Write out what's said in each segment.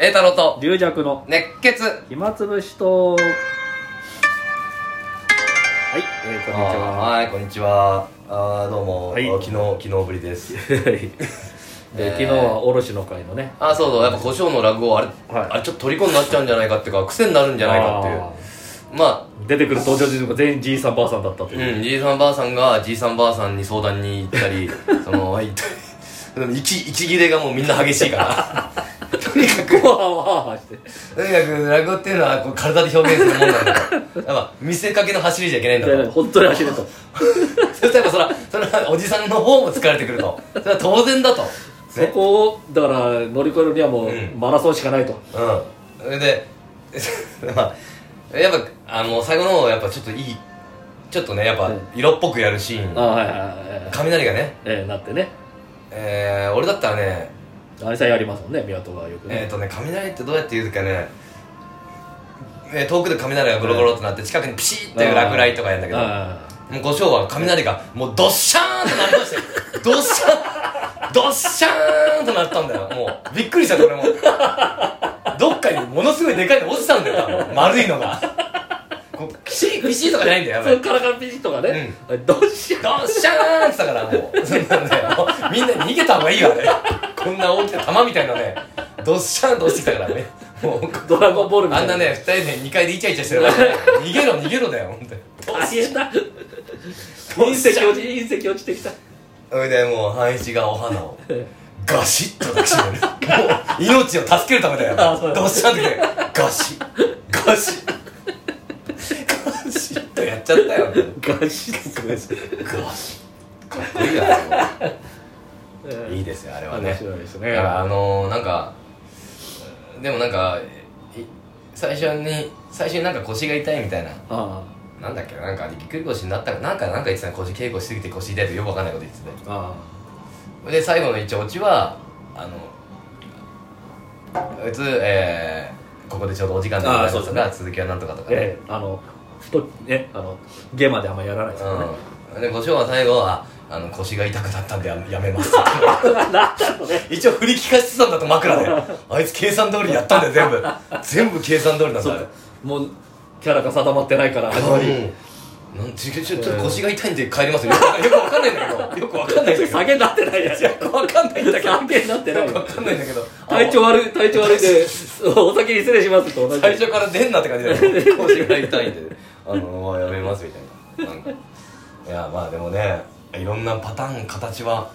栄太郎と龍尺の熱血暇つぶしとはい、えー、こんにちははいこんにちはあーどうも、はいあー昨日昨日ぶりですで、えー昨日は卸の会のねあーそうそうやっぱ胡椒の落語あれ、はいあれちょっと虜になっちゃうんじゃないかっていうか癖になるんじゃないかっていうまあー出てくる登場人物が全員じいさんばあさんだったとあいうう、んじいさんばあさんがじいさんばあさんに相談に行ったり その行ったり息息切れがもうみんな激しいからとにかくわあわあして とにかく落語っていうのはこう体で表現するもんなんだとやっぱ見せかけの走りじゃいけないんだと で本当に走るとそしたらそらそれはおじさんの方も疲れてくるとそれは当然だとそこをだから乗り越えるにはもう、うんマラソンしかないとうんそれで まあやっぱあの最後の方はやっぱちょっといいちょっとねやっぱうん色っぽくやるシーン、ああはいはいはいはい雷がね、えー、なってねえー、俺だったらねあれさえやりますもんね宮戸がよくえっ、ね、とね雷ってどうやって言うかねえー遠くで雷がゴロゴロってなって近くにピシッっていう落雷とかやるんだけどあもう胡椒は雷がもうドッシャーンとなりましたよドッシャーンドッシャーンとなったんだよもうびっくりしたこれもどっかにものすごいでかいの落ちたんだよ多分丸いのがこうピシーピシーとかじゃないんだよあやっぱりそっからからピシッとかね、どうしようドッシャーンって言ったからもうそんなんねもうみんな逃げた方がいいわねこんな大きな玉みたいなねドッシャーンと落ちてきたからねもうドラゴンボールみたあいんななね二人で2階でイチャイチャしてるからね逃げろ逃げろだよ本当に大変だ隕石落ち隕石落ちてきたそれでもう半一がお花をガシッと抱きしめるもう命を助けるためだよあそうどうしたんだよガシッガシッガシッとやっちゃったよガシッガシッかっこいいわあれもいいですよあれは面ね白いですだねからあのー、なんかでもなんかい最初に最初になんか腰が痛いみたいなあなんだっけななんかぎっくり腰になったかなんかなんか言ってたの腰稽古しすぎて腰痛いとよくわかんないこと言ってたよああで最後の一応オチはあの普通、えー、ここでちょうどお時間でございますがあ続きはなんとかとかね、ええあの太ねあのゲマであんまやらないですからねうんで胡椒は最後はあの腰が痛くなったんでややめます なんだろうね一応振り聞かせてたんだと枕 であいつ計算通りにやったんだよ全部全部計算通りなんそだうよかもうキャラが定まってないから始まりうんなんちょちょちょっと腰が痛いんで帰りますよよくよくわかんないんだけどよくわかんないんだけど下げになってないやつよくわかんないんだけど下げになってないよくわかんないんだけど体調悪い体調悪いんでお先に失礼しますと同じ最初から出んなって感じだよ腰が痛いん であのまあやめますみたいななんかいやまあでもねいろんなパターン形は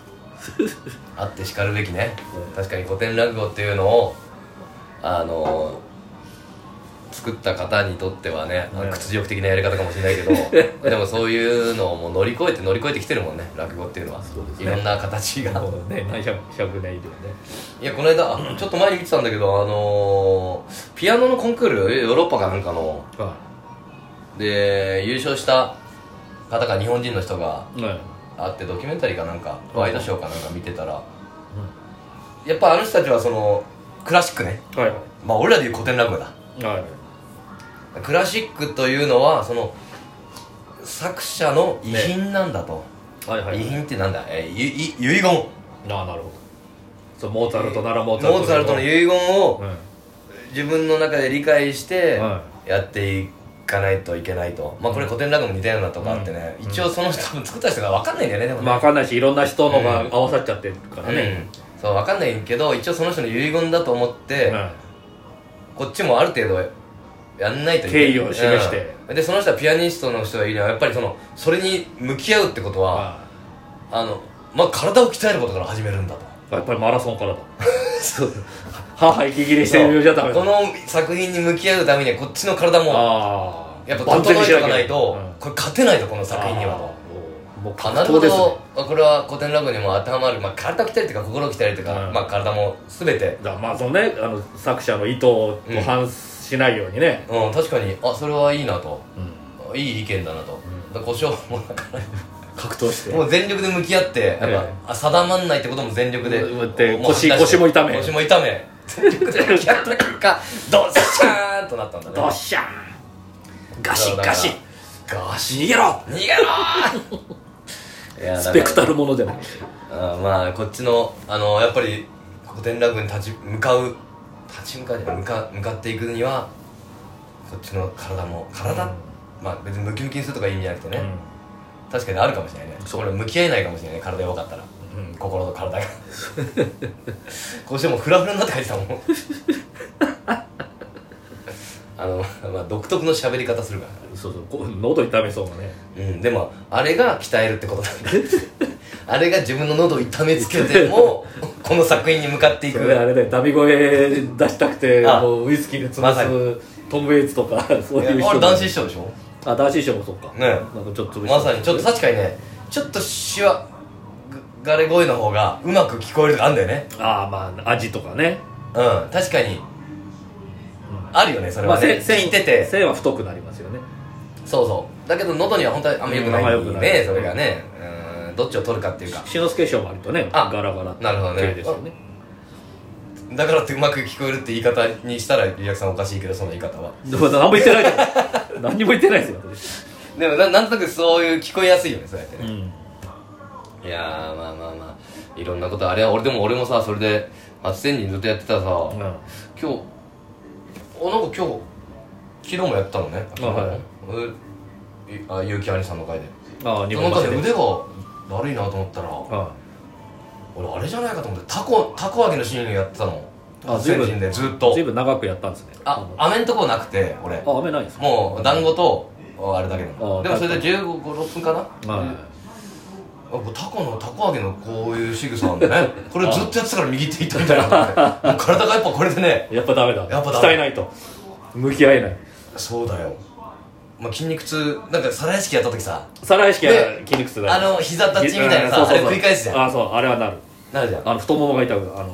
あってしかるべきね確かに古典落語っていうのをあの作った方にとってはね、ね屈辱的なやり方かもしれないけ どでもそういうのをもう乗り越えて乗り越えてきてるもんね落語っていうのはそうですいねろんな形がもうね何百百年以上ねいやこの間あちょっと前に見てたんだけどあのピアノのコンクールヨーロッパかなんかのはで優勝した方が日本人の人がいうんあってドキュメンタリーかなんかワイドショーかなんか見てたらはやっぱあの人たちはそのクラシックねいまあ俺らでいう古典落語だはいクラシックというのはその作者の遺品なんだと、はいはい遺品ってなんだ、えー、ゆい遺言ああなるほどそうモーツァルトならモモーツァルトーツァルトの言遺言をうん自分の中で理解してはやっていかないといけないとまあこれ古典落語も似たようなとこあってね、うん一応その人多分作った人が分かんないんだよねでもねまあ分かんないしいろんな人のが合わさっちゃってるからね、うん、そう分かんないけど一応その人の遺言だと思って、うんこっちもある程度やんないといけない敬意を示して、うんでその人はピアニストの人が言うにはやっぱりそのそれに向き合うってことは、ああのまあ、体を鍛えることから始めるんだとあやっぱりマラソンからだそう母息切れしてるようじゃダメだこの作品に向き合うためにはこっちの体もああやっぱ整えておかないと、うんこれ勝てないとこの作品にはと。あーもうあなるほ格闘ど、ですねこれは古典落語にも当てはまる、まあ、体を鍛えるというか心を鍛えるというか、うんまあ、体も全て、だからまあそのねあの作者の意図をうん反しないようにね、うん、確かにあそれはいいなとうんいい意見だなと、だから故障もだから格闘してもう全力で向き合ってやっぱ、ええあ定まんないってことも全力で,、うんでう腰吐き出して腰も痛め腰も痛め全力で向き合った結果ドッシャーンとなったんだねドッシャーンガシガシガシ逃げろ逃げろーいやだからスペクタルものじゃないあーまあこっちのあのやっぱり古典落語に立ち向かう立ち向かう向か向かっていくにはこっちの体も体、うんまあ別にムキムキにするとかいいんじゃなくてね、うん確かにあるかもしれないねそうこれ向き合えないかもしれないね体弱かったら、うん心と体 がこうしてもうフラフラになって帰ってたもんあの、まあ、独特の喋り方するからそうそうこう喉痛めそうなねうん、でもあれが鍛えるってことなんだあれが自分の喉を痛めつけてもこの作品に向かっていそれあくれだよダビ声出したくてあもうウイスキーでまさ潰すトム・ウェイツとかそういう人あれ男子師匠でしょあ男子師匠もそうかねなんかちょっと潰してまさにちょっと確かにねちょっとシワがれ声の方がうまく聞こえるとかあんだよねああまあ味とかねうん確かにあるよねそれはね、せ線聞いてて線は太くなりますよねそうそうだけど喉には本当にあんま良くなうんあいんま良くなねいそれがねうんどっちを取るかっていうか志の輔師匠も割とねあガラガラなるほどね系ですよねだからってうまく聞こえるって言い方にしたらリアクさんおかしいけどその言い方はでも何も言ってない じゃん何も言ってないですよ私でもななんとなくそういう聞こえやすいよねそうやってねうんいやーまあまあまあいろんなことあれは俺でも俺もさそれで松千人ずっとやってたらさ、うん今日あなんか今日昨日もやったのねあはいえいあゆうき兄さんの会でああ日な本んか橋ねで腕が悪いなと思ったらあ俺あれじゃないかと思ってタコタコ揚げのシーンやってたのあ松千人でずっとずいぶん長くやったんですねあ飴んとこなくて俺あ雨ないんですかもう団子とあれだけなあのでもそれで15、6分かなはあもうタコのタコ揚げのこういう仕草なんで ねこれずっとやってたから右手いったみたいなもう体がやっぱこれでねいやっぱダメだやっぱダメ鍛えないと向き合えないそうだよ、まあ、筋肉痛なんか皿屋敷やった時さ再来式はで筋肉痛だあの膝立ちみたいなさあれ繰り返すじゃんんあそうあれはなるなるじゃんあの太ももが痛くあの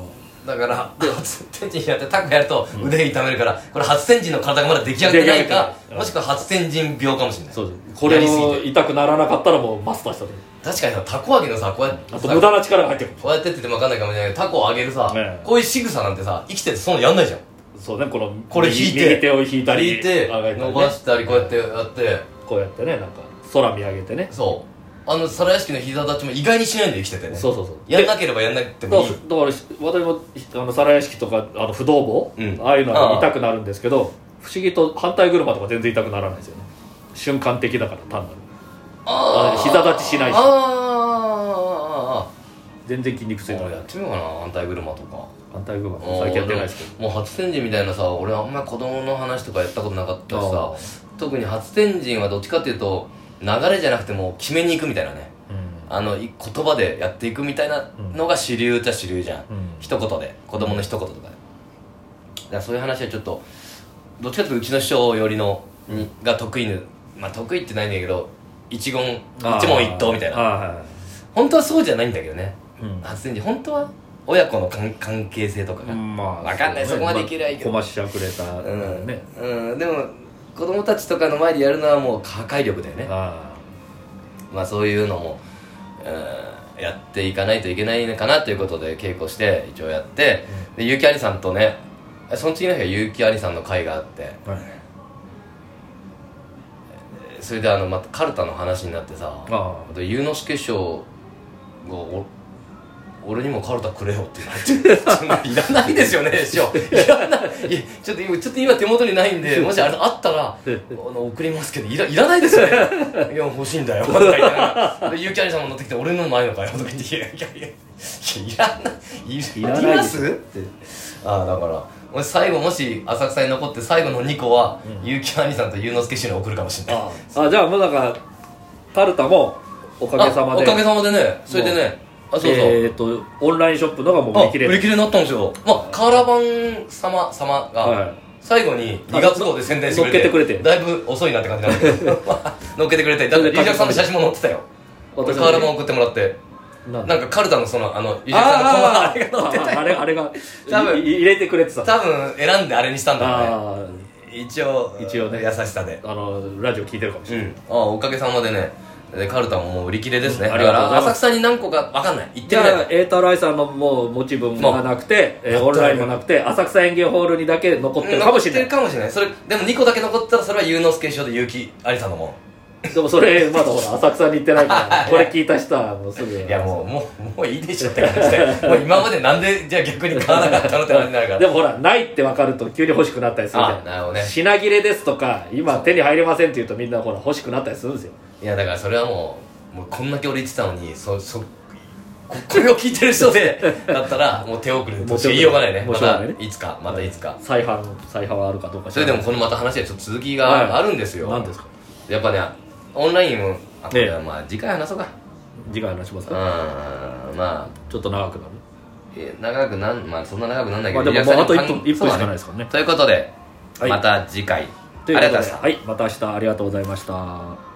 だから初天神やってタコやると腕痛めるから、これ初天神の体がまだ出来上がってないか出来上がってないもしくは初天神病かもしれないそうですこれやりすぎをて痛くならなかったらもうマスターしたと確かにさタコ揚げのさこうやってあさと無駄な力が入ってくるこうやってって言っても分かんないかもしれないけどタコを揚げるさ、ねえこういう仕草なんてさ生きててそんなのやんないじゃんそうねこのこれ引いて右手を引いたり引いて上げたりね伸ばしたりこうやってやってこうやってねなんか空見上げてねそうあの皿屋敷の膝立ちも意外にしないんで生きててねそうそうそうやんなければやんなくてだもかいらいだから私もあの皿屋敷とかあの不動棒、うんああいうのああは痛くなるんですけど不思議と反対車とか全然痛くならないですよね瞬間的だから単なるああ膝立ちしないしあーあ全然筋肉ー痛あーあーになあーやらないってみようかな反対車とか反対車最近やってないですけどもう初天神みたいなさ俺あんまり子供の話とかやったことなかったしあさ特に初天神はどっちかっていうと流れじゃなくてもう決めに行くみたいなねあのい言葉でやっていくみたいなのが主流っちゃ主流じゃん、うん、うん、一言で子供の一言とかで、だからそういう話はちょっとどっちかというとうちの師匠よりのにが得意のまあ得意ってないんだけど一言ああ一問一答みたいなああはい本当はそうじゃないんだけどねうん発電時本当は親子の関関係性とかが、まあわかんないそこまでいけりゃいいけどこましゃくれたうんね、うん、でも子供たちとかの前でやるのはもう破壊力だよねあまあそういうのも、うん、やっていかないといけないのかなということで稽古して一応やって、で結城兄さんとねえその次の日は結城兄さんの会があってあはいそれであのまたカルタの話になってさああと祐之介師匠がお俺にもカルタくれよって言われて いらないですよね師匠いらないいやちょっと今ちょっと今手元にないんでもしあれあったらあの送りますけどいらいらないですよね いや欲しいんだよとか言いながらでゆうきゃりさんも乗ってきて俺のないのかよとか言っていやいやいやいやいらないいいらないいますってああだから俺最後もし浅草に残って最後の2個は、うんゆうきゃりさんとゆうのすけ師匠に送るかもしれないあああじゃあもうなんかタルタもおかげさまあでおかげさまでねそれでねあそうそう、えっ、とオンラインショップのがもうあ売り切れ売り切れになったんですよまあカーラバン様様が、は最後に2月号で宣伝してくれて乗っけてくれてだいぶ遅いなって感じなんだけ ど乗っけてくれてだってリージャクさんの写真も載ってたよ俺私カーラバン送ってもらっていなんなんかかカルタのそのあのリージャクさんのこのああーれが載ってたああれあれが多分い入れてくれてたあ多分選んであれにしたんだろうねあ一応一応ね優しさであのラジオ聞いてるかもしうれない、んあおかげさまでねでカルタももう売り切れですね、うんあだりかがとうござらいます浅草に何個か分かんない行ってじみないゃあ、エータライさんのもう持ち分がなくて、えーオンラインもなくて、浅草演芸ホールにだけ残ってるかもしれない。残ってるかもしれないそれでも2個だけ残ったらそれは祐之介師匠で結城有りさんのもでもそれまだほら浅草に行ってないからこれ聞いた人はもうすぐいやもうもうもういいでしょって感じでもう今までなんでじゃあ逆に買わなかったのって話になるからでもほらないって分かると急に欲しくなったりするじゃあなるほどん、ね品切れですとか今手に入りませんって言うとみんなほら欲しくなったりするんですよいやだからそれはもうもうこんだけ俺言ってたのにそそここれを聞いてる人でだったらもう手遅れとしか言いようがないねもうましょうがたないねいつかまたいつか再販再販はあるかどうか知そられでないもこのまた話はちょっと続きはいがあるんですよ何ですかやっぱねオンラインもあこええれはまあ次回話そうか次回話しますうんまあちょっと長くなるえ長くなんまあそんな長くなんないけまあどでもリラもうあクとサー1に分関1分しかそうないだでねすからねということではいまた次回ありといがうこうございまととでしたはいまた明日ありがとうございました